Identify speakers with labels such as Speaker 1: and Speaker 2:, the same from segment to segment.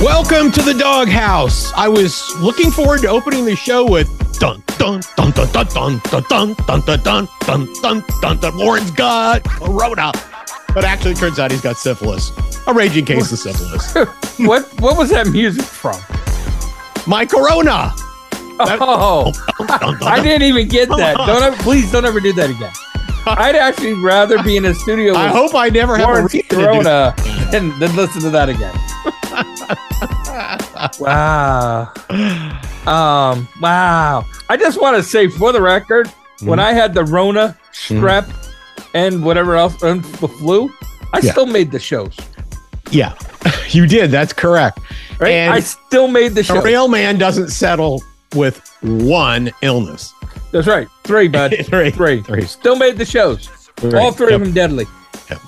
Speaker 1: Welcome to the doghouse. I was looking forward to opening the show with dun dun dun dun dun dun dun dun dun dun dun dun dun dun dun. Lauren's got corona, but actually, it turns out he's got syphilis, a raging case of syphilis.
Speaker 2: what what was that music from?
Speaker 1: My corona.
Speaker 2: Oh,
Speaker 1: Dun, dun, dun,
Speaker 2: I
Speaker 1: dun.
Speaker 2: didn't even get that. Don't ever, please don't ever do that again. I'd actually rather be in a studio with
Speaker 1: I hope I never have a
Speaker 2: Lawrence
Speaker 1: reason to do that.
Speaker 2: Corona than, than listen to that again. wow. Um. Wow. I just want to say, for the record,
Speaker 1: Mm-hmm.
Speaker 2: when I had the Rona, strep, and whatever else, and the flu, I
Speaker 1: Yeah.
Speaker 2: still made the shows.
Speaker 1: Yeah, you did. That's correct.
Speaker 2: Right?
Speaker 1: And-
Speaker 2: I still made the
Speaker 1: A
Speaker 2: show.
Speaker 1: real man doesn't settle with one illness.
Speaker 2: That's right. Three, bud.
Speaker 1: Three.
Speaker 2: Three.
Speaker 1: Three.
Speaker 2: Still made the shows.
Speaker 1: Three.
Speaker 2: All three
Speaker 1: Yep.
Speaker 2: of them deadly.
Speaker 1: Yep.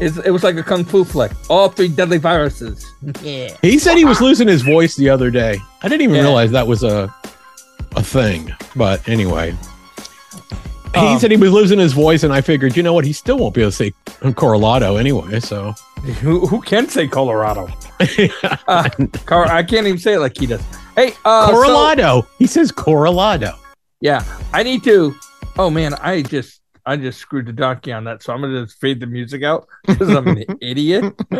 Speaker 2: It's, it was like a kung fu flick. All three deadly viruses. Yeah.
Speaker 1: He said he was losing his voice the other day. I didn't even
Speaker 2: Yeah.
Speaker 1: realize that was a a thing. But anyway, he
Speaker 2: Um,
Speaker 1: said he was losing his voice, and I figured, you know what? He still won't be able to say Corralado anyway. So
Speaker 2: Who, who can say Colorado? Uh, Car- I can't even say it like he does. Hey, uh, so-
Speaker 1: Corralado. he says Corralado.
Speaker 2: yeah, I need to. Oh man, I just I just screwed the donkey on that, so I'm gonna just fade the music out because I'm an idiot.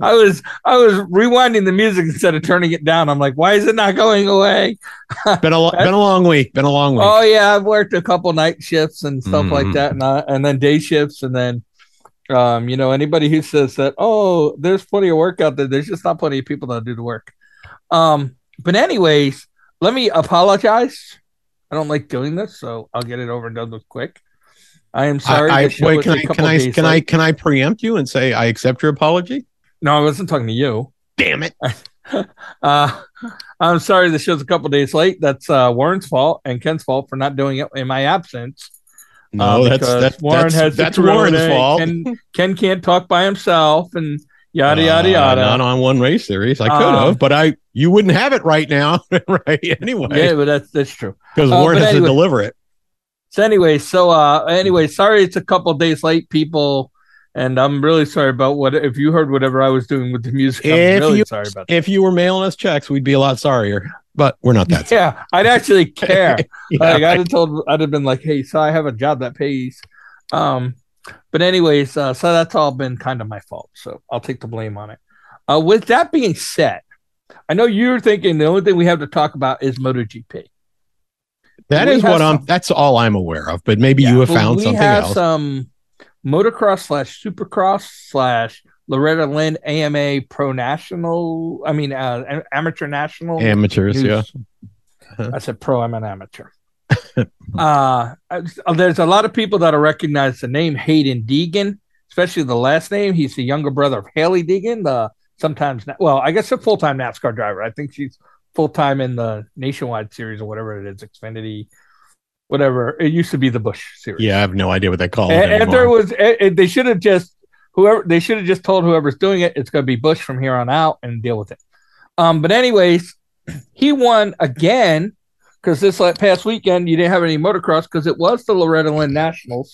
Speaker 2: I was I was rewinding the music instead of turning it down. I'm like, why is it not going away?
Speaker 1: Been a lo- been a long week. Been a long week.
Speaker 2: Oh yeah, I've worked a couple night shifts and stuff like
Speaker 1: Mhm.
Speaker 2: that, and I, and then day shifts, and then um, you know, anybody who says that, oh, there's plenty of work out there. There's just not plenty of people that do the work. Um, but anyways, let me apologize. I don't like doing this, so I'll get it over and done with quick. I am sorry.
Speaker 1: I, I,
Speaker 2: the show
Speaker 1: wait,
Speaker 2: was
Speaker 1: can
Speaker 2: a
Speaker 1: I can
Speaker 2: couple
Speaker 1: I
Speaker 2: days
Speaker 1: can I
Speaker 2: late.
Speaker 1: can I preempt you and say I accept your apology?
Speaker 2: No, I wasn't talking to you.
Speaker 1: Damn it!
Speaker 2: Uh, I'm sorry. The show's a couple days late. That's uh, Warren's fault and Ken's fault for not doing it in my absence.
Speaker 1: No,
Speaker 2: Uh,
Speaker 1: that's
Speaker 2: because
Speaker 1: that's
Speaker 2: Warren
Speaker 1: that's,
Speaker 2: has the
Speaker 1: that's Warren's
Speaker 2: corona,
Speaker 1: fault.
Speaker 2: Ken, Ken can't talk by himself, and yada
Speaker 1: Uh,
Speaker 2: yada yada.
Speaker 1: Not on one race series. I could
Speaker 2: Um,
Speaker 1: have, but I you wouldn't have it right now, right? Anyway,
Speaker 2: Yeah, but that's that's true.
Speaker 1: because
Speaker 2: uh,
Speaker 1: Warren
Speaker 2: but
Speaker 1: has
Speaker 2: anyway.
Speaker 1: to deliver it.
Speaker 2: So anyway, so uh, anyway, sorry it's a couple days late, people, and I'm really sorry about what if you heard whatever I was doing with the music. I'm
Speaker 1: If
Speaker 2: really
Speaker 1: you-
Speaker 2: sorry about that.
Speaker 1: If you were mailing us checks, we'd be a lot sorrier, but we're not that.
Speaker 2: Yeah, I'd actually care.
Speaker 1: sorry.
Speaker 2: Like I'd have told, I'd have been like, "Hey, so I have a job that pays." Um, but anyways, uh, so that's all been kind of my fault. So I'll take the blame on it. Uh, with that being said, I know you're thinking the only thing we have to talk about is MotoGP.
Speaker 1: that
Speaker 2: we
Speaker 1: is
Speaker 2: have
Speaker 1: what I'm.
Speaker 2: some-
Speaker 1: That's all I'm aware of. But maybe you have
Speaker 2: But
Speaker 1: found
Speaker 2: we
Speaker 1: something
Speaker 2: have
Speaker 1: else.
Speaker 2: some motocross slash supercross slash Loretta Lynn AMA Pro National. I mean, uh, am- amateur national.
Speaker 1: Amateurs, yeah.
Speaker 2: News. I said pro. I'm an amateur. uh, I- there's a lot of people that will recognize the name Hayden Deegan, especially the last name. He's the younger brother of Haley Deegan, the sometimes well, I guess a full time NASCAR driver. I think she's full time in the Nationwide Series or whatever it is, Xfinity, whatever it used to be, the Bush Series.
Speaker 1: Yeah, I have no idea what they call
Speaker 2: And,
Speaker 1: it.
Speaker 2: and there
Speaker 1: anymore.
Speaker 2: was, and- and they should have just whoever they should have just told whoever's doing it, it's going to be Bush from here on out and deal with it. Um, but anyways, he won again because this la- past weekend you didn't have any motocross because it was the Loretta Lynn Nationals.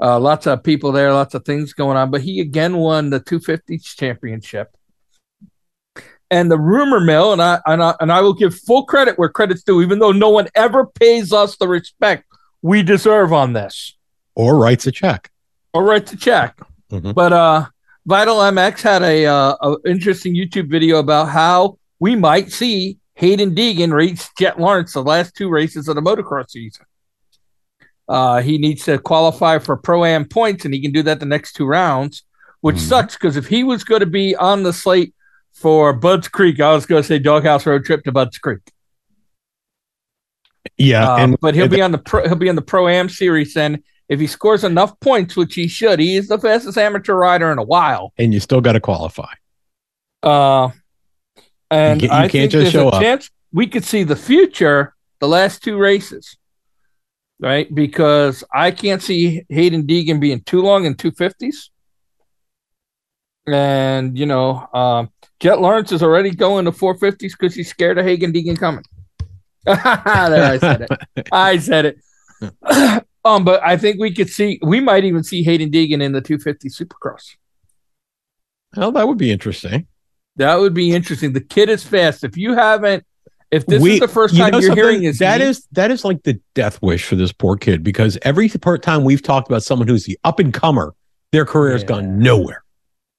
Speaker 2: Uh, lots of people there, lots of things going on, but he again won the 250s championship. And the rumor mill, and I, and I and I will give full credit where credit's due, even though no one ever pays us the respect we deserve on this
Speaker 1: or writes a check.
Speaker 2: or write the check.
Speaker 1: Mhm.
Speaker 2: But uh, Vital MX had a, uh, a interesting YouTube video about how we might see Hayden Deegan race Jet Lawrence the last two races of the motocross season. Uh, he needs to qualify for pro am points, and he can do that the next two rounds, which
Speaker 1: Mhm.
Speaker 2: sucks because if he was going to be on the slate for Bud's Creek, I was going to say Doghouse Road Trip to Bud's Creek.
Speaker 1: Yeah,
Speaker 2: Uh,
Speaker 1: and
Speaker 2: but he'll be on the pro, he'll be in the pro am series, and if he scores enough points, which he should, he is the fastest amateur rider in a while.
Speaker 1: and you still got to qualify.
Speaker 2: Uh, and
Speaker 1: You can't- you
Speaker 2: I
Speaker 1: can't
Speaker 2: think
Speaker 1: just
Speaker 2: there's
Speaker 1: show
Speaker 2: a
Speaker 1: up.
Speaker 2: chance we could see the future the last two races, right? Because I can't see Hayden Deegan being too long in two fifties, and you know, um, Jet Lawrence is already going to four fifties because he's scared of Hayden Deegan coming. there I said it. I said it. um, but I think we could see we might even see Hayden Deegan in the two fifty Supercross.
Speaker 1: Well, that would be interesting.
Speaker 2: That would be interesting. The kid is fast. If you haven't, if this
Speaker 1: We-
Speaker 2: is the first
Speaker 1: you
Speaker 2: time
Speaker 1: know
Speaker 2: you are
Speaker 1: something?
Speaker 2: hearing his
Speaker 1: that
Speaker 2: name-
Speaker 1: is that is like the death wish for this poor kid because every part time we've talked about someone who's the up and comer, their career has
Speaker 2: Yeah.
Speaker 1: gone nowhere.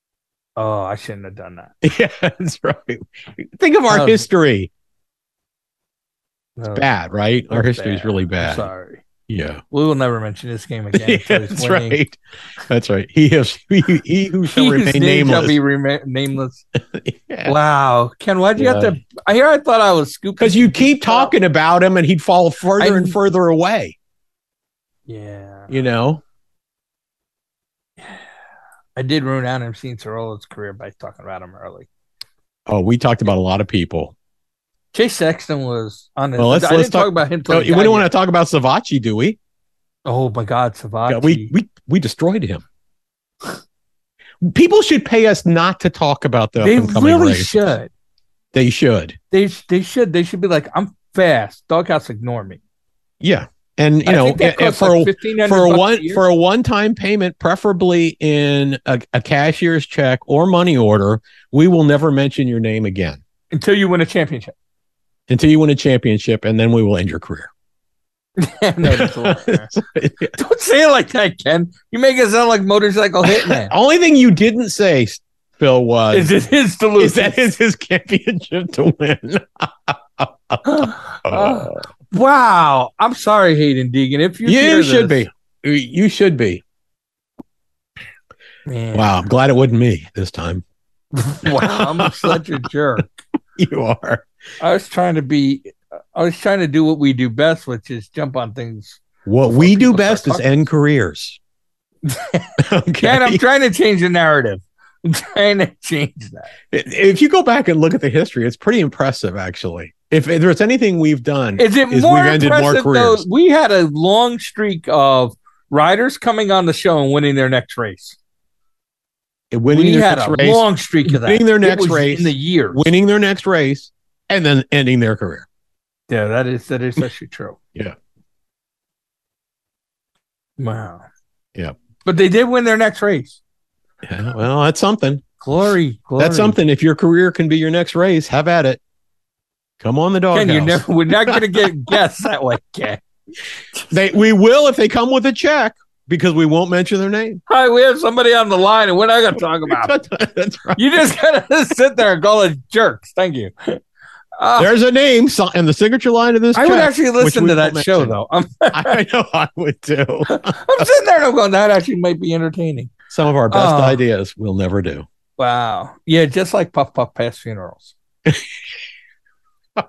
Speaker 2: oh, I shouldn't have done that.
Speaker 1: Yeah, that's right. Think of our
Speaker 2: Oh.
Speaker 1: history.
Speaker 2: No,
Speaker 1: Bad, right? Our
Speaker 2: That's
Speaker 1: history is
Speaker 2: bad.
Speaker 1: really
Speaker 2: I'm
Speaker 1: bad.
Speaker 2: Oh, sorry.
Speaker 1: Yeah.
Speaker 2: We will never mention this game again.
Speaker 1: Yeah,
Speaker 2: until he's
Speaker 1: that's
Speaker 2: winning.
Speaker 1: right. That's right. He is he, he who shall
Speaker 2: His
Speaker 1: remain
Speaker 2: name
Speaker 1: nameless.
Speaker 2: shall be rema- nameless.
Speaker 1: Yeah.
Speaker 2: Wow, Ken, why'd you have
Speaker 1: Yeah.
Speaker 2: to? I hear I thought I was scooping
Speaker 1: Because you keep talking about him and he'd fall further
Speaker 2: I-
Speaker 1: and further away,
Speaker 2: Yeah,
Speaker 1: you know?
Speaker 2: I did ruin out MC Cirola's career by talking about him early.
Speaker 1: Oh, we talked about a lot of people.
Speaker 2: Chase Sexton was on.
Speaker 1: Well, let's-
Speaker 2: I didn't
Speaker 1: let's
Speaker 2: talk,
Speaker 1: talk-
Speaker 2: about him. Till
Speaker 1: Oh,
Speaker 2: he
Speaker 1: we
Speaker 2: died
Speaker 1: don't want to
Speaker 2: yet.
Speaker 1: talk about Savachi, do we?
Speaker 2: Oh my God,
Speaker 1: Yeah,
Speaker 2: Savage.
Speaker 1: we, we we destroyed him. people should pay us not to talk about the
Speaker 2: they
Speaker 1: up-and-coming
Speaker 2: really
Speaker 1: race.
Speaker 2: should.
Speaker 1: They should.
Speaker 2: They sh- they should they should be like I'm fast. Doghouse ignore me.
Speaker 1: Yeah. And you
Speaker 2: I
Speaker 1: know,
Speaker 2: think that
Speaker 1: a- a-
Speaker 2: costs
Speaker 1: for
Speaker 2: like
Speaker 1: a-
Speaker 2: 1500
Speaker 1: for a
Speaker 2: bucks
Speaker 1: one
Speaker 2: year.
Speaker 1: for a one time payment, preferably in a, a cashier's check or money order, we will never mention your name again
Speaker 2: until you win a championship.
Speaker 1: until you win a championship, and then we will end your career.
Speaker 2: no, that's a lot. Don't say it like that, Ken. You make it sound like motorcycle hitman.
Speaker 1: Only thing you didn't say, Phil, was
Speaker 2: is it his to lose?
Speaker 1: Uh, is that is his championship to win.
Speaker 2: Uh, wow. I'm sorry, Hayden Deegan. If you
Speaker 1: you should be. You should be.
Speaker 2: be. Man. Wow.
Speaker 1: Wow, I'm glad it wasn't me this time.
Speaker 2: I'm such a jerk.
Speaker 1: You are
Speaker 2: I was trying to be. I was trying to do what we do best, which is jump on things.
Speaker 1: what
Speaker 2: Before
Speaker 1: we do
Speaker 2: people start
Speaker 1: best is
Speaker 2: talking.
Speaker 1: end careers. okay.
Speaker 2: Ken, I'm trying to change the narrative. I'm trying to change that.
Speaker 1: If you go back and look at the history, it's pretty impressive, actually. If, if there's anything we've done,
Speaker 2: Is it
Speaker 1: is
Speaker 2: more
Speaker 1: we've ended more
Speaker 2: impressive though?
Speaker 1: careers.
Speaker 2: We had a long streak of riders coming on the show and winning their next race.
Speaker 1: winning
Speaker 2: we
Speaker 1: their
Speaker 2: had
Speaker 1: next
Speaker 2: a
Speaker 1: race,
Speaker 2: long streak of that.
Speaker 1: Winning their
Speaker 2: It
Speaker 1: next
Speaker 2: was
Speaker 1: race,
Speaker 2: in the year.
Speaker 1: winning their next race, and then ending their career.
Speaker 2: Yeah, that is that is actually true.
Speaker 1: Yeah.
Speaker 2: Wow.
Speaker 1: Yeah.
Speaker 2: But they did win their next race.
Speaker 1: Yeah, well, that's something.
Speaker 2: Glory, glory.
Speaker 1: That's something. If your career can be your next race, have at it. Come on, the dog.
Speaker 2: Ken, you never, we're not going to get guests that way, Ken.
Speaker 1: They, we will if they come with a check because we won't mention their name.
Speaker 2: Hi, we have somebody on the line, and we're not going to talk about. it.
Speaker 1: that's right.
Speaker 2: You just got to sit there and call us jerks. Thank you. Uh,
Speaker 1: There's a name so- and the signature line of this.
Speaker 2: I would
Speaker 1: check.
Speaker 2: actually listen
Speaker 1: we
Speaker 2: to
Speaker 1: will
Speaker 2: that show
Speaker 1: mention.
Speaker 2: though. I'm,
Speaker 1: I know I would too.
Speaker 2: I'm sitting there and I'm going, that actually might be entertaining.
Speaker 1: Some of our best
Speaker 2: Oh.
Speaker 1: ideas we'll never do.
Speaker 2: Wow. Yeah, just like Puff Puff Pass funerals.
Speaker 1: Uh,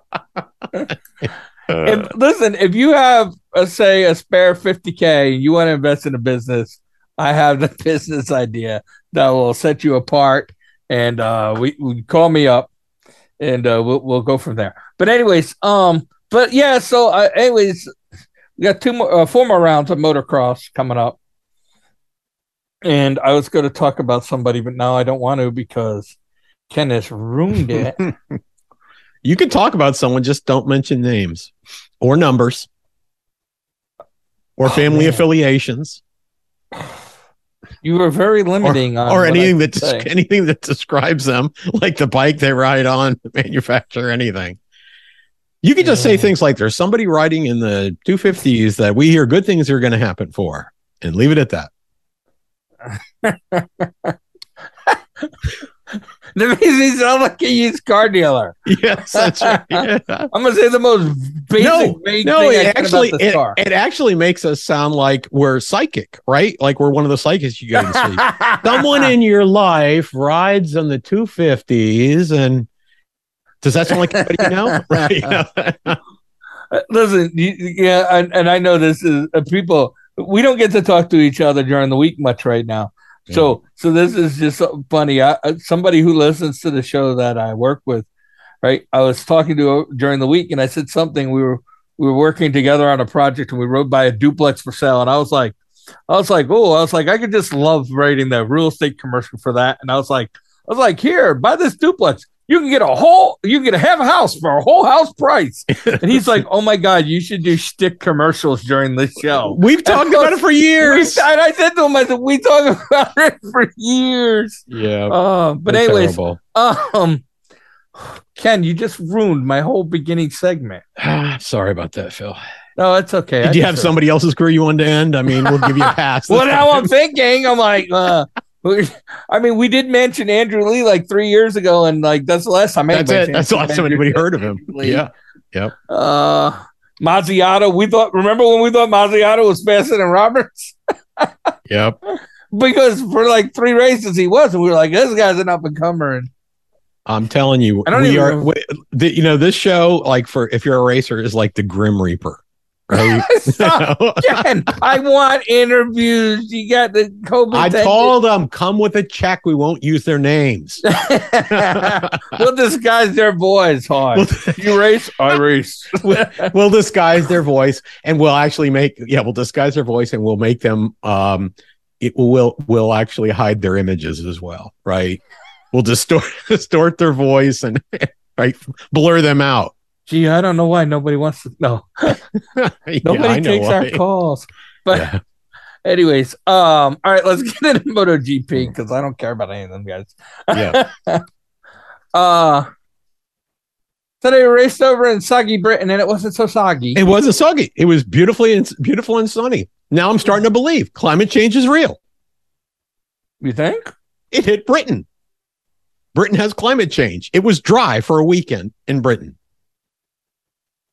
Speaker 2: If, listen, if you have uh say a spare 50k and you want to invest in a business, I have the business idea that will set you apart. And uh we, we call me up and uh we'll, we'll go from there. But anyways, um but yeah, so uh, anyways, we got two more uh, four more rounds of motocross coming up. And I was going to talk about somebody, but now I don't want to because Ken has ruined it.
Speaker 1: you can talk about someone, just don't mention names or numbers or
Speaker 2: Oh,
Speaker 1: family
Speaker 2: man.
Speaker 1: affiliations
Speaker 2: you were very limiting on
Speaker 1: or
Speaker 2: Uh, what I
Speaker 1: anything
Speaker 2: could
Speaker 1: that
Speaker 2: say.
Speaker 1: des- anything that describes them, like the bike they ride on, the manufacturer, anything. You can just say
Speaker 2: Yeah.
Speaker 1: things like "There's somebody riding in the 250s that we hear good things are going to happen for," and leave it at that.
Speaker 2: That makes me sound like a used car dealer.
Speaker 1: Yes, that's right. Yeah.
Speaker 2: I'm gonna say the most basic,
Speaker 1: No,
Speaker 2: vague
Speaker 1: no,
Speaker 2: thing I
Speaker 1: it
Speaker 2: can
Speaker 1: actually
Speaker 2: about this
Speaker 1: it,
Speaker 2: car.
Speaker 1: it actually makes us sound like we're psychic, right? Like we're one of the psychics you go to see. Someone in your life rides on the 250s and does that sound like anybody you know? Right, yeah.
Speaker 2: listen, you, yeah, and, and I know this is uh, people. We don't get to talk to each other during the week much right now. So, so this is just so funny. I, I- somebody who listens to the show that I work with, right? I was talking to her during the week, and I said something. We were we were working together on a project, and we rode by a duplex for sale, and I was like, I was like, oh, I was like, I could just love writing that real estate commercial for that, and I was like, I was like, here, buy this duplex. You can get a whole, you can get a half a house for a whole house price. And he's like, oh my God, you should do shtick commercials during the show.
Speaker 1: We've talked about it for years.
Speaker 2: We- and I said to him, I said, we talked about it for years.
Speaker 1: Yeah.
Speaker 2: Uh, but
Speaker 1: they're
Speaker 2: anyways,
Speaker 1: Oh, terrible.
Speaker 2: um, Ken, you just ruined my whole beginning segment.
Speaker 1: sorry about that, Phil.
Speaker 2: No, it's okay. I
Speaker 1: Did you have
Speaker 2: deserve-
Speaker 1: somebody else's career you wanted to end? I mean, we'll give you a pass.
Speaker 2: Well, now I'm thinking, I'm like, uh, I mean, we did mention Andrew Lee like three years ago, and like that's the last time.
Speaker 1: That's it.
Speaker 2: anybody
Speaker 1: That's the last time
Speaker 2: mentioned
Speaker 1: anybody
Speaker 2: Andrew
Speaker 1: heard of him.
Speaker 2: Lee.
Speaker 1: Yeah.
Speaker 2: Uh, Mazziata, we thought. Remember when we thought Mazziata was faster than Roberts?
Speaker 1: Yep.
Speaker 2: Because for like three races he was, and we were like, this guy's an up and comer. And
Speaker 1: I'm telling you,
Speaker 2: I don't
Speaker 1: we
Speaker 2: even
Speaker 1: are.
Speaker 2: know.
Speaker 1: We, the, you know, this show, like for if you're a racer, is like the Grim Reaper, right?
Speaker 2: Stop, Ken, I want interviews. You got the COVID.
Speaker 1: I
Speaker 2: thing.
Speaker 1: told them, come with a check. We won't use their names.
Speaker 2: we'll disguise their boys hard. you race, I race.
Speaker 1: we'll disguise their voice and we'll actually make yeah we'll disguise their voice and we'll make them um it will will actually hide their images as well right we'll distort distort their voice and right blur them out
Speaker 2: Gee, I don't know why nobody wants to. No,
Speaker 1: Yeah,
Speaker 2: nobody
Speaker 1: I know
Speaker 2: takes our
Speaker 1: why.
Speaker 2: calls. But
Speaker 1: Yeah.
Speaker 2: anyways, um, all right, let's get into MotoGP because I don't care about any of them guys.
Speaker 1: yeah
Speaker 2: Uh so they raced over in soggy Britain, and it wasn't so soggy.
Speaker 1: it wasn't soggy it was beautifully and beautiful and sunny now i'm starting to believe climate change is real
Speaker 2: you think?
Speaker 1: it hit britain britain has climate change it was dry for a weekend in britain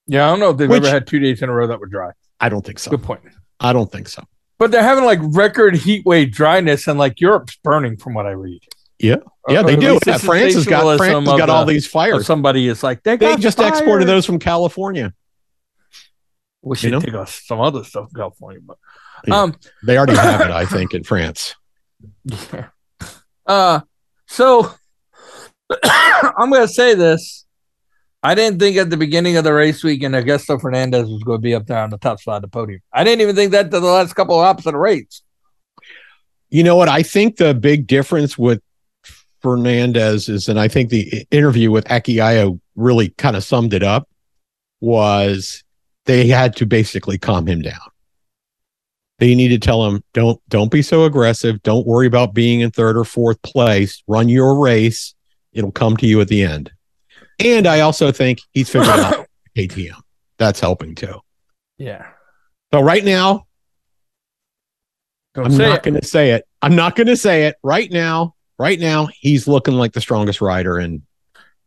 Speaker 2: Yeah, I don't know if they've
Speaker 1: Which-
Speaker 2: ever had two days in a row that were dry.
Speaker 1: i don't think so
Speaker 2: Good point.
Speaker 1: i don't think so
Speaker 2: But they're having like record heat wave dryness, and like Europe's burning, from what I read.
Speaker 1: Yeah.
Speaker 2: Or-
Speaker 1: Yeah,
Speaker 2: or
Speaker 1: they
Speaker 2: at
Speaker 1: do.
Speaker 2: least
Speaker 1: Yeah,
Speaker 2: the
Speaker 1: France has got
Speaker 2: sensationalism
Speaker 1: France has
Speaker 2: of
Speaker 1: got all
Speaker 2: the-
Speaker 1: these
Speaker 2: Or
Speaker 1: fires.
Speaker 2: somebody is like they,
Speaker 1: They
Speaker 2: got
Speaker 1: just exported
Speaker 2: fired.
Speaker 1: those from California.
Speaker 2: We should
Speaker 1: know?
Speaker 2: take us some other stuff in California, but
Speaker 1: Yeah.
Speaker 2: um,
Speaker 1: They already have it, I think, in France.
Speaker 2: yeah. Uh, so I'm going to say this. I didn't think at the beginning of the race weekend, Augusto Fernandez was going to be up there on the top spot of the podium. I didn't even think that to the last couple of hops of the race.
Speaker 1: You know what? I think the big difference with Fernandez is, and I think the interview with Akiayo really kind of summed it up, was they had to basically calm him down. They need to tell him, don't don't be so aggressive. Don't worry about being in third or fourth place. Run your race. It'll come to you at the end. And I also think he's figured out KTM. That's helping too.
Speaker 2: Yeah.
Speaker 1: So right now,
Speaker 2: Don't
Speaker 1: I'm
Speaker 2: say
Speaker 1: not
Speaker 2: it.
Speaker 1: going to say it. I'm not going to say it right now. Right now, he's looking like the strongest rider in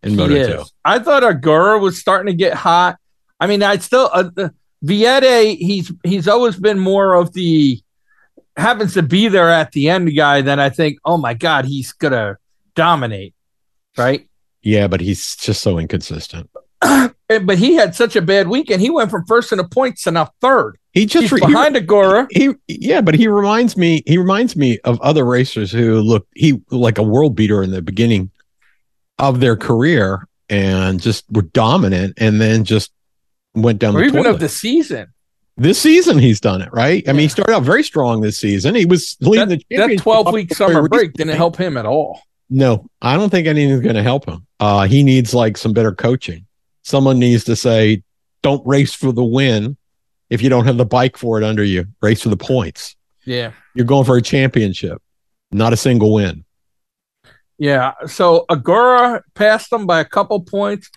Speaker 1: in
Speaker 2: He
Speaker 1: Moto
Speaker 2: is. I thought Agura was starting to get hot. I mean, I still uh, uh, Viette. He's he's always been more of the happens to be there at the end guy. Then I think, oh my god, he's gonna dominate, right?
Speaker 1: 2. Yeah, but he's just so inconsistent.
Speaker 2: And- But he had such a bad weekend. He went from first in the points to now third.
Speaker 1: He just
Speaker 2: he's
Speaker 1: re- he-
Speaker 2: behind Agora.
Speaker 1: he, yeah, but he reminds me he reminds me of other racers who look he like a world beater in the beginning of their career and just were dominant and then just went down
Speaker 2: Or
Speaker 1: the
Speaker 2: even
Speaker 1: toilet.
Speaker 2: of the season.
Speaker 1: this season he's done it, right? I mean,
Speaker 2: Yeah.
Speaker 1: he started out very strong this season. He was leading
Speaker 2: That,
Speaker 1: the
Speaker 2: that
Speaker 1: championship
Speaker 2: 12
Speaker 1: up
Speaker 2: week
Speaker 1: to
Speaker 2: summer
Speaker 1: very
Speaker 2: break didn't
Speaker 1: recently.
Speaker 2: help him at all.
Speaker 1: No, I don't think anything's going to help him. Uh, he needs like some better coaching. Someone needs to say, "Don't race for the win if you don't have the bike for it under you. Race for the points.
Speaker 2: Yeah.
Speaker 1: You're going for a championship, not a single win."
Speaker 2: Yeah. So Agora passed him by a couple points.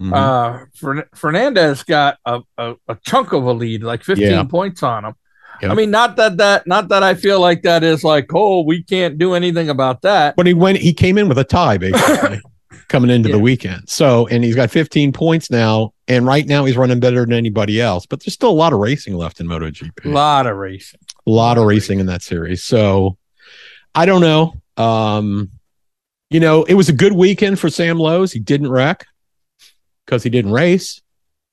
Speaker 1: Mhm.
Speaker 2: Uh, Fern- Fernandez got a, a, a chunk of a lead, like 15
Speaker 1: Yeah.
Speaker 2: points on him.
Speaker 1: Yep.
Speaker 2: I mean, not that that not that I feel like that is like, oh, we can't do anything about that.
Speaker 1: but he went. He came in with a tie, basically, coming into the
Speaker 2: Yeah.
Speaker 1: weekend. So, and he's got 15 points now, and right now he's running better than anybody else. But there's still a lot of racing left in MotoGP.
Speaker 2: A lot of racing.
Speaker 1: a lot of racing in that series. So I don't know. Um, you know, it was a good weekend for Sam Lowe's. He didn't wreck because he didn't race.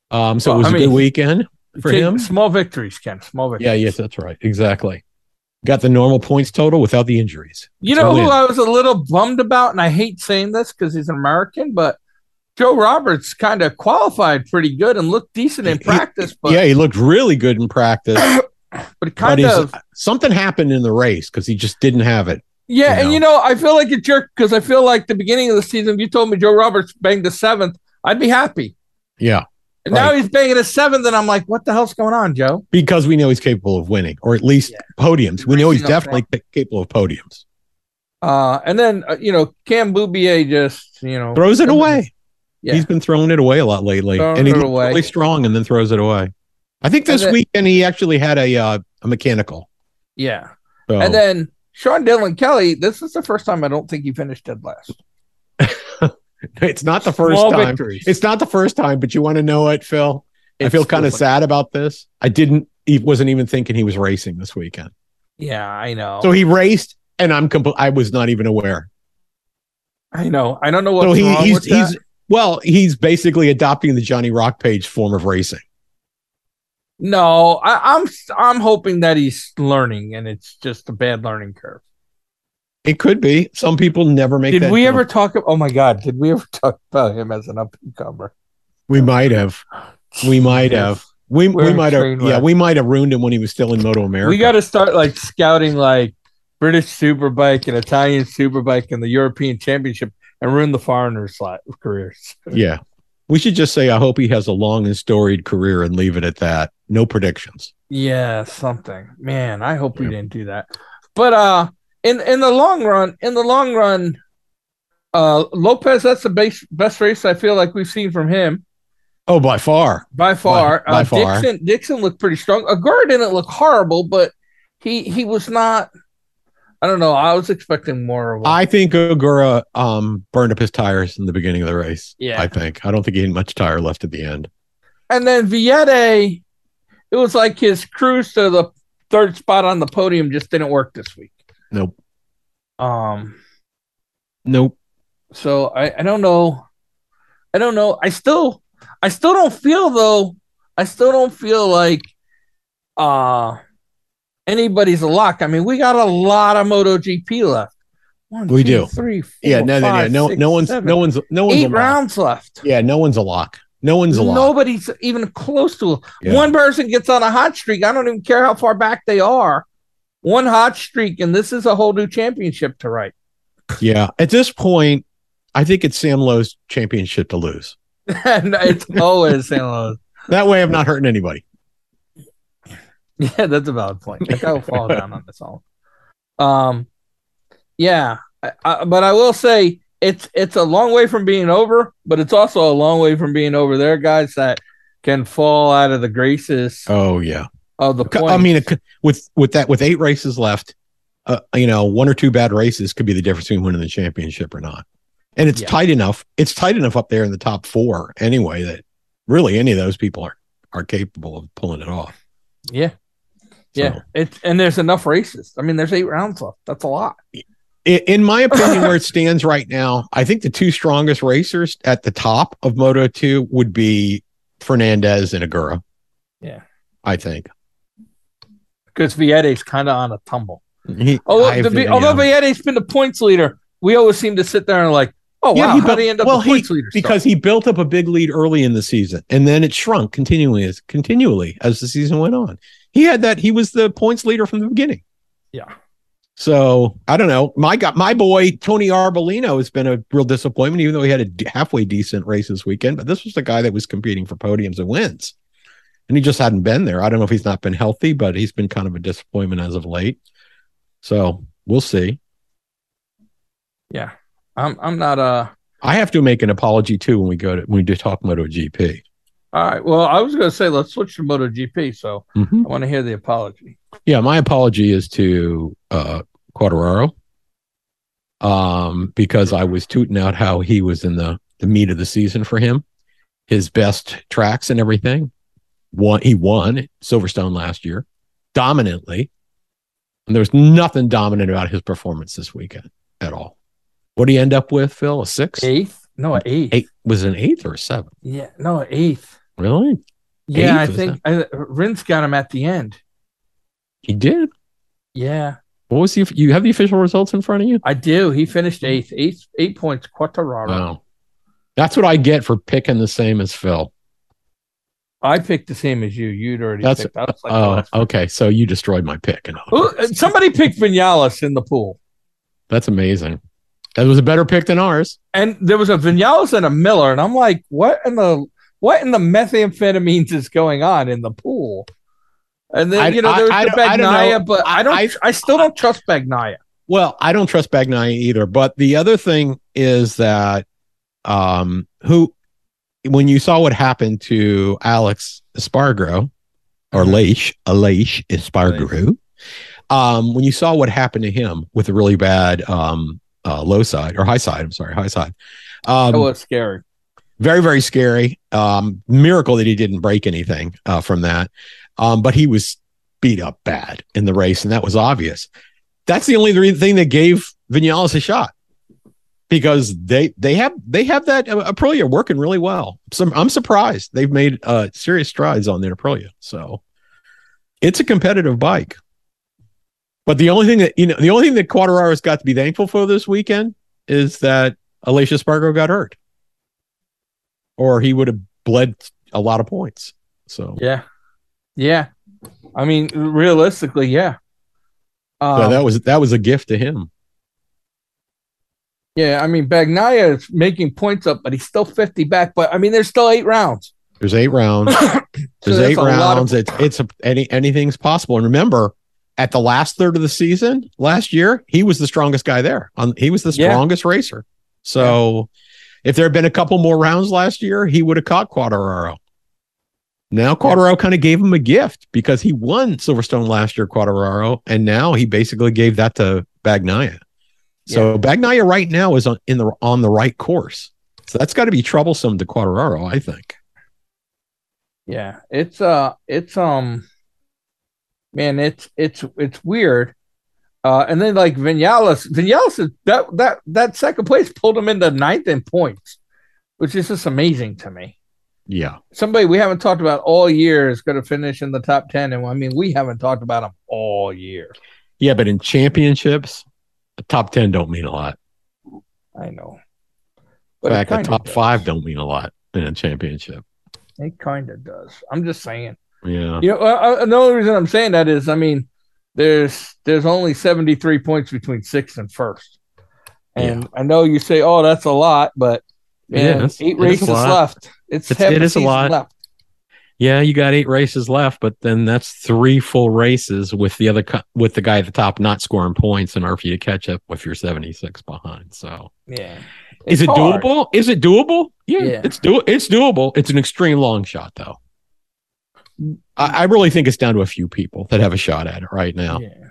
Speaker 1: Um, so it
Speaker 2: Well,
Speaker 1: was
Speaker 2: I
Speaker 1: a
Speaker 2: mean-
Speaker 1: good weekend for
Speaker 2: Take
Speaker 1: him.
Speaker 2: small victories, Ken. Small victories.
Speaker 1: Yeah, yes, that's right. Exactly. Got the normal points total without the injuries.
Speaker 2: You
Speaker 1: It's a
Speaker 2: know who
Speaker 1: win.
Speaker 2: I was a little bummed about, and I hate saying this because he's an American, but Joe Roberts kind of qualified pretty good and looked decent in
Speaker 1: He-
Speaker 2: practice, but
Speaker 1: yeah, he looked really good in practice.
Speaker 2: but
Speaker 1: but
Speaker 2: kind
Speaker 1: he's-
Speaker 2: of
Speaker 1: something happened in the race because he just didn't have it.
Speaker 2: Yeah,
Speaker 3: You
Speaker 2: and
Speaker 3: know?
Speaker 2: you know, I feel like a jerk because I feel like the beginning of the season, if you told me Joe Roberts banged a seventh, I'd be happy.
Speaker 1: Yeah,
Speaker 2: And now he's banging a seventh, and I'm like, what the hell's going on, Joe?
Speaker 1: because we know he's capable of winning, or at least
Speaker 2: Yeah.
Speaker 1: podiums. We know he's
Speaker 2: Racing up
Speaker 1: definitely ca- capable of podiums.
Speaker 2: Uh, and then uh, you know, Cam Boubier just you know
Speaker 1: Throws it
Speaker 2: and then-
Speaker 1: away.
Speaker 2: Oh, Yeah.
Speaker 1: He's been throwing it away a lot lately,
Speaker 2: Throwing
Speaker 1: and he
Speaker 2: it
Speaker 1: looks
Speaker 2: away.
Speaker 1: really strong, and then throws it away. I think
Speaker 2: And
Speaker 1: this
Speaker 2: then-
Speaker 1: weekend he actually had a uh, a mechanical.
Speaker 2: yeah.
Speaker 1: So.
Speaker 2: And then Sean Dillon Kelly, this is the first time I don't think he finished dead last.
Speaker 1: It's not the first
Speaker 2: Small
Speaker 1: time.
Speaker 2: victories.
Speaker 1: It's not the first time, but you want to know it, Phil. I
Speaker 2: It's
Speaker 1: feel kind of
Speaker 2: stupid.
Speaker 1: sad about this. I didn't. He wasn't even thinking he was racing this weekend.
Speaker 2: Yeah, I know.
Speaker 1: So he raced, and I'm. Compl- I was not even aware.
Speaker 2: I know. I don't know what's
Speaker 1: so he,
Speaker 2: wrong
Speaker 1: he's
Speaker 2: with that.
Speaker 1: he's well, he's basically adopting the Johnny Rock Page form of racing.
Speaker 2: No, I, I'm I'm hoping that he's learning, and it's just a bad learning curve.
Speaker 1: It could be. Some people never make.
Speaker 2: Did
Speaker 1: that
Speaker 2: we
Speaker 1: jump.
Speaker 2: ever talk? Oh my God, did we ever talk about him as an up and comer?
Speaker 1: We might have. We might have. We
Speaker 2: We're
Speaker 1: we might
Speaker 2: a
Speaker 1: have.
Speaker 2: train
Speaker 1: Yeah,
Speaker 2: wreck.
Speaker 1: we might have ruined him when he was still in Moto America.
Speaker 2: We got to start like scouting like British Superbike and Italian Superbike and the European Championship and ruin the foreigners' li- careers.
Speaker 1: Yeah. We should just say I hope he has a long and storied career and leave it at that. No predictions.
Speaker 2: Yeah, something. Man, I hope we
Speaker 1: Yeah.
Speaker 2: didn't do that. But uh in in the long run, in the long run, uh Lopez, that's the base, best race I feel like we've seen from him
Speaker 1: Oh, by far.
Speaker 2: by far.
Speaker 1: by
Speaker 2: uh,
Speaker 1: far.
Speaker 2: Dixon Dixon looked pretty strong. Agur didn't look horrible, but he he was not I don't know. I was expecting more of him.
Speaker 1: I think Ogura um, burned up his tires in the beginning of the race.
Speaker 2: Yeah.
Speaker 1: I think. I don't think he had much tire left at the end.
Speaker 2: and then Viette, it was like his cruise to the third spot on the podium just didn't work this week.
Speaker 1: Nope.
Speaker 2: Um
Speaker 1: Nope.
Speaker 2: So I, I don't know. I don't know. I still I still don't feel though. I still don't feel like uh anybody's a lock. I mean, we got a lot of MotoGP left. One,
Speaker 1: We
Speaker 2: two,
Speaker 1: do.
Speaker 2: three, four,
Speaker 1: Yeah, no, no, no,
Speaker 2: five,
Speaker 1: no,
Speaker 2: six,
Speaker 1: no one's
Speaker 2: seven,
Speaker 1: no one's no one's
Speaker 2: eight
Speaker 1: a lock.
Speaker 2: rounds left.
Speaker 1: Yeah, no one's a lock. No one's a lock.
Speaker 2: Nobody's even close to a
Speaker 1: Yeah.
Speaker 2: one person gets on a hot streak. I don't even care how far back they are. One hot streak, and this is a whole new championship to write.
Speaker 1: Yeah. At this point, I think it's Sam Lowe's championship to lose.
Speaker 2: and it's always San Luis.
Speaker 1: That way I'm not hurting anybody.
Speaker 2: Yeah, that's a valid point. Like, I'll fall down on this all. Um, yeah, I, I, but I will say it's it's a long way from being over, but it's also a long way from being over. There, are guys that can fall out of the graces
Speaker 1: Oh yeah.
Speaker 2: of the
Speaker 1: Co-
Speaker 2: point.
Speaker 1: I mean, it could, with with that with eight races left, uh, you know, one or two bad races could be the difference between winning the championship or not. And it's
Speaker 2: Yeah.
Speaker 1: tight enough. It's tight enough up there in the top four anyway that really any of those people are are capable of pulling it off.
Speaker 2: yeah, yeah.
Speaker 1: So,
Speaker 2: It's and there's enough races. I mean, there's eight rounds left. That's a lot.
Speaker 1: i- in my opinion, where it stands right now, I think the two strongest racers at the top of Moto Two would be Fernandez and Agura.
Speaker 2: Yeah.
Speaker 1: I think.
Speaker 2: Because Vietti's kind of on a tumble.
Speaker 1: He-
Speaker 2: Although,
Speaker 1: I've-
Speaker 2: Oh, the, Vi-
Speaker 1: yeah.
Speaker 2: although Vietti's been the points leader, we always seem to sit there and like, oh
Speaker 1: Yeah,
Speaker 2: wow,
Speaker 1: he
Speaker 2: how
Speaker 1: built-
Speaker 2: did he end up
Speaker 1: well,
Speaker 2: the
Speaker 1: he-
Speaker 2: points leader? still?
Speaker 1: because he built up a big lead early in the season and then it shrunk continually as continually as the season went on. He had that he was the points leader from the beginning.
Speaker 2: Yeah.
Speaker 1: So I don't know. My got my boy Tony Arbolino has been a real disappointment, even though he had a d- halfway decent race this weekend. But this was the guy that was competing for podiums and wins, and he just hadn't been there. I don't know if he's not been healthy, but he's been kind of a disappointment as of late. So we'll see.
Speaker 2: Yeah. I'm I'm not uh
Speaker 1: I have to make an apology too when we go to when we do talk MotoGP.
Speaker 2: all right. Well, I was gonna say let's switch to MotoGP, so
Speaker 1: Mm-hmm.
Speaker 2: I want to hear the apology.
Speaker 1: yeah, my apology is to uh Quadraro. Um, because I was tooting out how he was in the the meat of the season for him, his best tracks and everything. One he won Silverstone last year dominantly. And there was nothing dominant about his performance this weekend at all. What did he end up with, Phil? A six?
Speaker 2: Eighth? No, an eighth.
Speaker 1: Eight was it an eighth or a seventh?
Speaker 2: Yeah, no, an eighth.
Speaker 1: Really?
Speaker 2: Yeah,
Speaker 1: Eighth,
Speaker 2: I
Speaker 1: is
Speaker 2: think I, Rince got him at the end.
Speaker 1: He did.
Speaker 2: Yeah,
Speaker 1: What was he? You have the official results in front of you?
Speaker 2: I do. He finished eighth. Eight eight points. Quattararo.
Speaker 1: Wow. That's what I get for picking the same as Phil.
Speaker 2: I picked the same as you. You'd already
Speaker 1: That's-
Speaker 2: picked. I was like,
Speaker 1: Oh,
Speaker 2: oh,
Speaker 1: okay. So you destroyed my pick. in other
Speaker 2: Who-
Speaker 1: words.
Speaker 2: somebody picked Vinales in the pool.
Speaker 1: That's amazing. That was a better pick than ours.
Speaker 2: and there was a Vinales and a Miller, and I'm like, what in the what in the methamphetamines is going on in the pool? And then
Speaker 1: I-
Speaker 2: you know
Speaker 1: I-
Speaker 2: there's
Speaker 1: I
Speaker 2: the
Speaker 1: don't- I don't know.
Speaker 2: Bagnaya, but I don't, I,
Speaker 1: I-
Speaker 2: still don't trust Bagnaya.
Speaker 1: Well, I don't trust Bagnaya either. But the other thing is that um who when you saw what happened to Alex Espargro or Leish, Mm-hmm. Leish Espargro, um, when you saw what happened to him with a really bad um uh, low side or high side, I'm sorry, high side. Um,
Speaker 2: That was scary.
Speaker 1: very very scary um miracle that he didn't break anything uh from that um but he was beat up bad in the race and that was obvious that's the only re- thing that gave Vinales a shot because they they have they have that uh, Aprilia working really well some I'm surprised they've made uh serious strides on their Aprilia so it's a competitive bike but the only thing that you know the only thing that Quadraro's got to be thankful for this weekend is that Alicia Spargo got hurt or he would have bled a lot of points. So
Speaker 2: Yeah, yeah. I mean, realistically, yeah. Um,
Speaker 1: so that was that was a gift to him.
Speaker 2: yeah, I mean Bagnaya is making points up, but he's still 50 back. But I mean, there's still eight rounds.
Speaker 1: There's eight rounds.
Speaker 2: So
Speaker 1: There's
Speaker 2: that's
Speaker 1: eight
Speaker 2: a lot
Speaker 1: rounds. it's it's a, any anything's possible. And remember, at the last third of the season last year, he was the strongest guy there. On he was the
Speaker 2: Yeah.
Speaker 1: strongest racer. So if there had been a couple more rounds last year, he would have caught Quadraro. Now Quadraro kind of gave him a gift because he won Silverstone last year, Quadraro, and now he basically gave that to Bagnaia. So Bagnaia right now is on in the on the right course. So that's got to be troublesome to Quadraro, I think.
Speaker 2: Yeah, it's uh it's um man, it's it's it's weird. Uh and then like Vinales, Vinales is that that that second place pulled him into ninth in points, which is just amazing to me.
Speaker 1: Yeah.
Speaker 2: Somebody we haven't talked about all year is gonna finish in the top ten, and I mean we haven't talked about him all year.
Speaker 1: Yeah, but in championships, the top ten don't mean a lot.
Speaker 2: I know.
Speaker 1: In
Speaker 2: it
Speaker 1: fact, the
Speaker 2: kinda
Speaker 1: top
Speaker 2: does.
Speaker 1: five don't mean a lot in a championship.
Speaker 2: It kind of does. I'm just saying.
Speaker 1: Yeah.
Speaker 2: You know, uh, uh, the only reason I'm saying that is, I mean, there's there's only 73 points between sixth and first, and I know you say, "Oh, that's a lot," but
Speaker 1: Yeah,
Speaker 2: man,
Speaker 1: that's- it
Speaker 2: eight
Speaker 1: is a
Speaker 2: races
Speaker 1: lot.
Speaker 2: left. It's,
Speaker 1: It's-
Speaker 2: half
Speaker 1: it
Speaker 2: the
Speaker 1: is a
Speaker 2: season
Speaker 1: lot.
Speaker 2: left.
Speaker 1: Yeah, you got eight races left, but then that's three full races with the other cu- with the guy at the top not scoring points in order for you to catch up if you're 76 behind. So
Speaker 2: Yeah,
Speaker 1: is
Speaker 2: It's
Speaker 1: it
Speaker 2: hard.
Speaker 1: doable? Is it doable? Yeah,
Speaker 2: Yeah.
Speaker 1: it's do it's doable. It's an extreme long shot though. I, I really think it's down to a few people that have a shot at it right now.
Speaker 2: Yeah.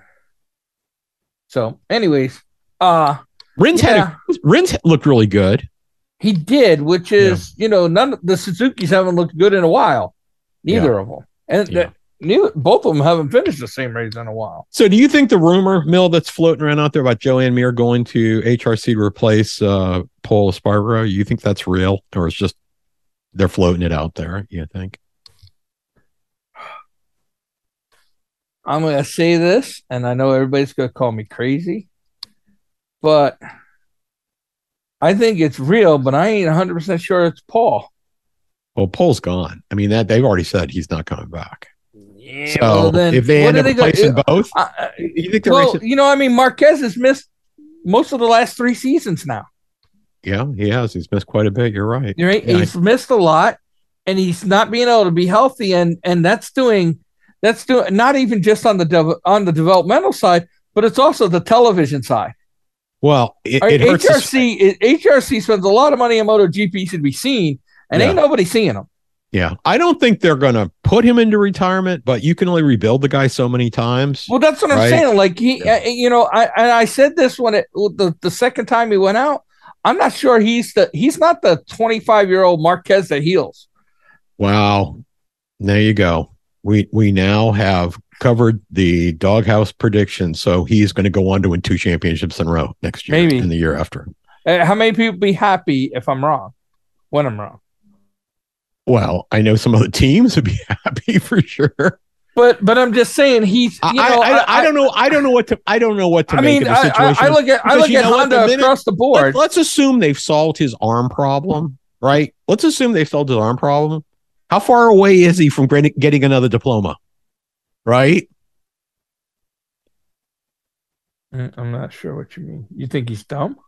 Speaker 2: So, anyways, uh
Speaker 1: Rins had
Speaker 2: yeah,
Speaker 1: a, Rins looked really good.
Speaker 2: he did, which
Speaker 1: Yeah.
Speaker 2: is you know none of the Suzuki's haven't looked good in a while, neither of them, and
Speaker 1: Yeah.
Speaker 2: the, neither, both of them haven't finished the same race in a while.
Speaker 1: So, do you think the rumor mill that's floating around out there about Joanne Muir going to HRC to replace uh, Paul Spargo, you think that's real, or it's just they're floating it out there? You think?
Speaker 2: I'm going to say this, and I know everybody's going to call me crazy, but I think it's real, but I ain't 100% sure it's Paul.
Speaker 1: Well, Paul's gone. I mean, that they've already said he's not coming back.
Speaker 2: Yeah,
Speaker 1: so, if they end up replacing both,
Speaker 2: I, I,
Speaker 1: you think they're
Speaker 2: well,
Speaker 1: racing?
Speaker 2: you know, I mean, Marquez has missed most of the last three seasons now.
Speaker 1: Yeah, he has. He's missed quite a bit. You're right.
Speaker 2: Right?
Speaker 1: Yeah.
Speaker 2: He's missed a lot, and he's not being able to be healthy, and and that's doing that's doing not even just on the dev, on the developmental side, but it's also the television side.
Speaker 1: Well, it,
Speaker 2: All right,
Speaker 1: it hurts. to-
Speaker 2: HRC it- HRC spends a lot of money on MotoGP to be seen, and
Speaker 1: Yeah.
Speaker 2: ain't nobody seeing them.
Speaker 1: yeah, I don't think they're going to put him into retirement, but you can only rebuild the guy so many times.
Speaker 2: Well, that's what I'm
Speaker 1: Right.
Speaker 2: saying. Like he,
Speaker 1: Yeah.
Speaker 2: uh, you know, I and I said this when it the the second time he went out. I'm not sure he's the he's not the 25 year old Marquez that heals.
Speaker 1: Wow. There you go. We we now have covered the doghouse prediction. So he's going to go on to win two championships in a row next year
Speaker 2: Maybe.
Speaker 1: and the year after.
Speaker 2: Uh, How many people be happy if I'm wrong? When I'm wrong,
Speaker 1: Well, I know some of the teams would be happy for sure.
Speaker 2: but but I'm just saying he's. You
Speaker 1: I,
Speaker 2: know,
Speaker 1: I, I, I don't know. I don't know what to. I don't know what to
Speaker 2: I
Speaker 1: make
Speaker 2: mean,
Speaker 1: of the
Speaker 2: I, I,
Speaker 1: situation.
Speaker 2: I look at I
Speaker 1: Because
Speaker 2: look
Speaker 1: you
Speaker 2: at
Speaker 1: know what? The
Speaker 2: Honda
Speaker 1: minute-
Speaker 2: across the board.
Speaker 1: Let, us assume they've solved his arm problem, right? Let's assume they've solved his arm problem. How far away is he from getting getting another diploma? Right?
Speaker 2: Mm, I'm not sure what you mean. You think he's dumb?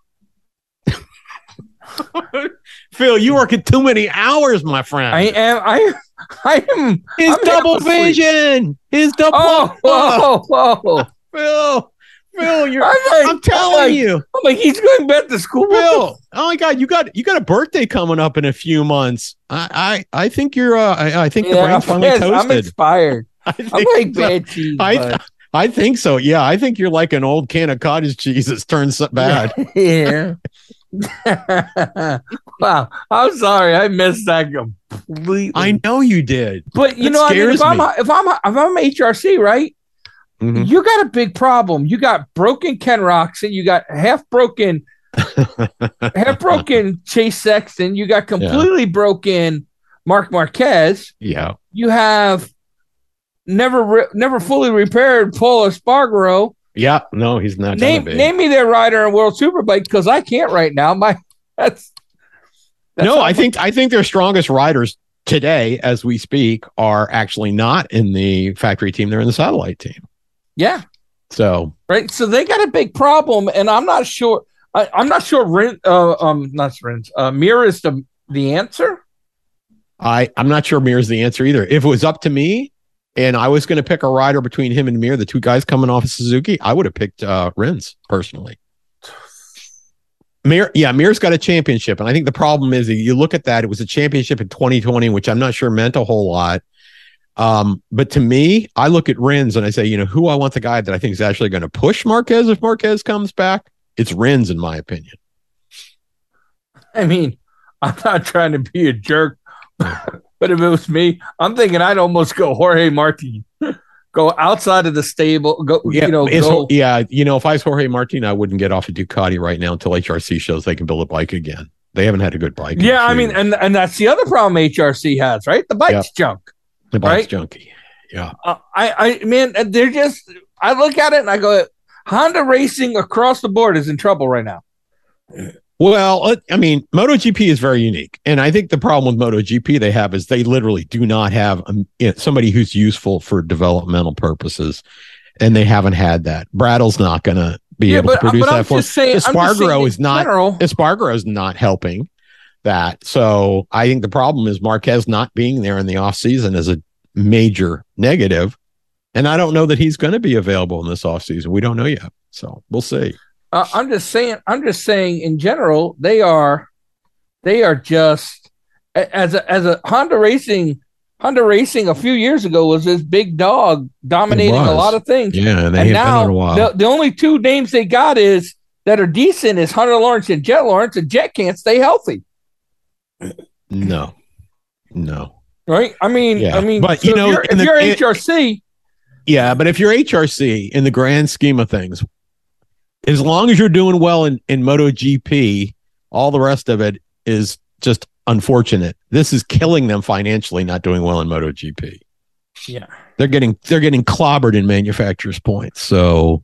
Speaker 1: Phil, you working too many hours, my friend.
Speaker 2: I am. I. I am.
Speaker 1: His
Speaker 2: I'm
Speaker 1: double
Speaker 2: half asleep.
Speaker 1: vision. His double.
Speaker 2: Oh, whoa, whoa! I'm
Speaker 1: Phil, Phil, you're.
Speaker 2: like,
Speaker 1: I'm telling
Speaker 2: like,
Speaker 1: you,
Speaker 2: I'm like, he's going back to school.
Speaker 1: Phil. Oh my God, you got you got a birthday coming up in a few months. I I, I think you're. Uh, I, I think the brain's finally
Speaker 2: yes, I'm
Speaker 1: toasted.
Speaker 2: inspired.
Speaker 1: i
Speaker 2: I'm
Speaker 1: think
Speaker 2: like
Speaker 1: so.
Speaker 2: bad cheese.
Speaker 1: I-
Speaker 2: but-
Speaker 1: I think so. Yeah, I think you're like an old can of cottage cheese that's turned so bad.
Speaker 2: yeah. wow. I'm sorry. I missed that completely.
Speaker 1: I know you did.
Speaker 2: but
Speaker 1: that
Speaker 2: you know, I mean,
Speaker 1: scares
Speaker 2: if I'm
Speaker 1: me.
Speaker 2: if I'm if I'm HRC, right?
Speaker 1: Mhm.
Speaker 2: You got a big problem. You got broken Ken Roxon. You got half broken, half broken Chase Sexton. You got completely broken Mark Marquez.
Speaker 1: Yeah.
Speaker 2: You have never re- never fully repaired Paul Espargaro.
Speaker 1: Yeah. No, he's not. gonna
Speaker 2: name
Speaker 1: be.
Speaker 2: name me their rider in World Superbike because I can't right now. My that's, that's
Speaker 1: no,
Speaker 2: how-
Speaker 1: I think I think their strongest riders today, as we speak, are actually not in the factory team. They're in the satellite team.
Speaker 2: yeah
Speaker 1: So
Speaker 2: right. So they got a big problem, and I'm not sure. I, I'm not sure. Rin, uh, um, not Rins. Uh, Mir is the the answer.
Speaker 1: I I'm not sure Mir's the answer either. If it was up to me, and I was going to pick a rider between him and Mir, the two guys coming off of Suzuki, I would have picked uh, Renz personally. Mir, yeah, Mir's got a championship, and I think the problem is that you look at that. It was a championship in 2020, which I'm not sure meant a whole lot. Um, but to me, I look at Renz and I say, you know, who I want the guy that I think is actually going to push Marquez if Marquez comes back. It's Renz, in my opinion.
Speaker 2: I mean, I'm not trying to be a jerk, but if it was me, I'm thinking I'd almost go Jorge Martin, go outside of the stable, go
Speaker 1: Yeah,
Speaker 2: you know,
Speaker 1: it's-
Speaker 2: go,
Speaker 1: yeah, you know, if I was Jorge Martin, I wouldn't get off of Ducati right now until HRC shows they can build a bike again. They haven't had a good bike. in
Speaker 2: yeah. I
Speaker 1: two
Speaker 2: mean,
Speaker 1: years.
Speaker 2: and and that's the other problem HRC has, right? The bike's junk.
Speaker 1: the bike's
Speaker 2: right?
Speaker 1: junky.
Speaker 2: Uh, I, I man, uh, they're just. I look at it and I go, Honda Racing across the board is in trouble right now.
Speaker 1: Well, uh, I mean, MotoGP is very unique, and I think the problem with MotoGP they have is they literally do not have um, you know, somebody who's useful for developmental purposes, and they haven't had that. Brattle's not going to be able
Speaker 2: uh,
Speaker 1: to produce that for. us.
Speaker 2: saying,
Speaker 1: Espargaro
Speaker 2: in
Speaker 1: is not-
Speaker 2: general,
Speaker 1: Espargaro's not helping that. So I think the problem is Marquez not being there in the offseason is a major negative. And I don't know that he's going to be available in this offseason. We don't know yet. So we'll see.
Speaker 2: uh, I'm just saying. I'm just saying. In general, they are, they are just a- as a as a Honda Racing. Honda Racing a few years ago was this big dog dominating a
Speaker 1: was.
Speaker 2: lot of things.
Speaker 1: Yeah. And they have
Speaker 2: and
Speaker 1: been
Speaker 2: now
Speaker 1: on a while.
Speaker 2: the, the only two names they got is that are decent is Hunter Lawrence and Jet Lawrence, and Jet can't stay healthy,
Speaker 1: no, no.
Speaker 2: right? I mean,
Speaker 1: Yeah.
Speaker 2: I mean,
Speaker 1: But, you
Speaker 2: so if
Speaker 1: know,
Speaker 2: you're-
Speaker 1: in
Speaker 2: if
Speaker 1: the-
Speaker 2: you're
Speaker 1: it-
Speaker 2: HRC,
Speaker 1: Yeah, but if you're HRC in the grand scheme of things, as long as you're doing well in, in MotoGP, all the rest of it is just unfortunate. This is killing them financially, not doing well in MotoGP.
Speaker 2: Yeah.
Speaker 1: They're getting they're getting clobbered in manufacturers points. So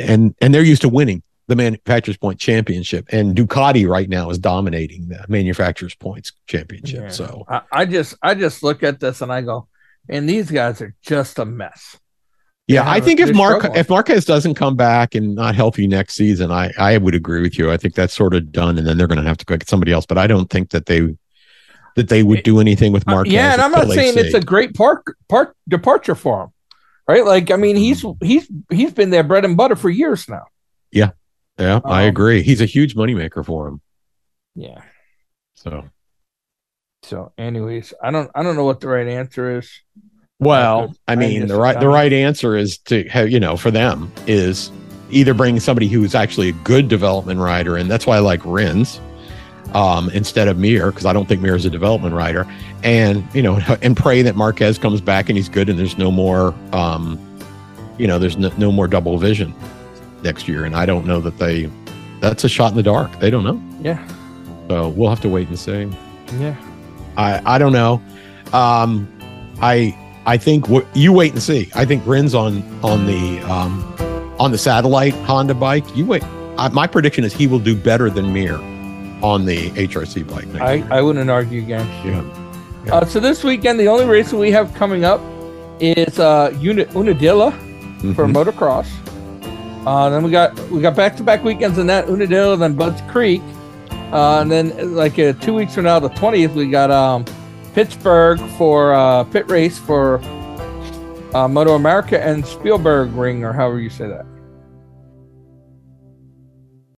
Speaker 1: and and they're used to winning the manufacturers point championship. And Ducati right now is dominating the manufacturers points championship.
Speaker 2: Yeah.
Speaker 1: So
Speaker 2: I, I just I just look at this and I go, and these guys are just a mess.
Speaker 1: Yeah,
Speaker 2: Yeah,
Speaker 1: I think if
Speaker 2: they're
Speaker 1: Mark
Speaker 2: struggling.
Speaker 1: if Marquez doesn't come back and not healthy next season, I I would agree with you. I think that's sort of done, and then they're going to have to go get somebody else. But I don't think that they that they would do anything with
Speaker 2: Uh,
Speaker 1: Marquez.
Speaker 2: yeah, and I'm
Speaker 1: until
Speaker 2: not
Speaker 1: they
Speaker 2: saying it's
Speaker 1: see.
Speaker 2: a great park park departure for him, right? Like I mean, he's he's he's been their bread and butter for years now.
Speaker 1: yeah. I
Speaker 2: um,
Speaker 1: agree. He's a huge moneymaker for him.
Speaker 2: Yeah.
Speaker 1: So
Speaker 2: So, anyways, I don't I don't know what the right answer is.
Speaker 1: well, I
Speaker 2: I
Speaker 1: mean the
Speaker 2: just-
Speaker 1: right
Speaker 2: I
Speaker 1: the
Speaker 2: don't-
Speaker 1: right answer is to have you know for them is either bring somebody who's actually a good development rider, and that's why I like Rins. um, instead of Mir because I don't think Mir is a development rider, and you know, and pray that Marquez comes back and he's good and there's no more, um, you know, there's no, no more double vision next year, and I don't know that they, that's a shot in the dark. They don't know.
Speaker 2: Yeah.
Speaker 1: So we'll have to wait and see.
Speaker 2: Yeah.
Speaker 1: I I don't know. Um, I I think what you wait and see. I think Ren's on on the um, on the satellite Honda bike. You wait. I, my prediction is he will do better than Mir on the HRC bike. next
Speaker 2: I, I wouldn't argue against you.
Speaker 1: Yeah. Yeah.
Speaker 2: Uh, so this weekend, the only race that we have coming up is uh, Uni- Unadilla
Speaker 1: year.
Speaker 2: for
Speaker 1: Mhm.
Speaker 2: motocross. Uh, then we got we got back to back weekends in that Unadilla, then Bud's Creek, uh, and then like uh, two weeks from now, the twentieth, we got um, Pittsburgh for uh, pit race for uh, Moto America and Spielberg Ring or however you say that.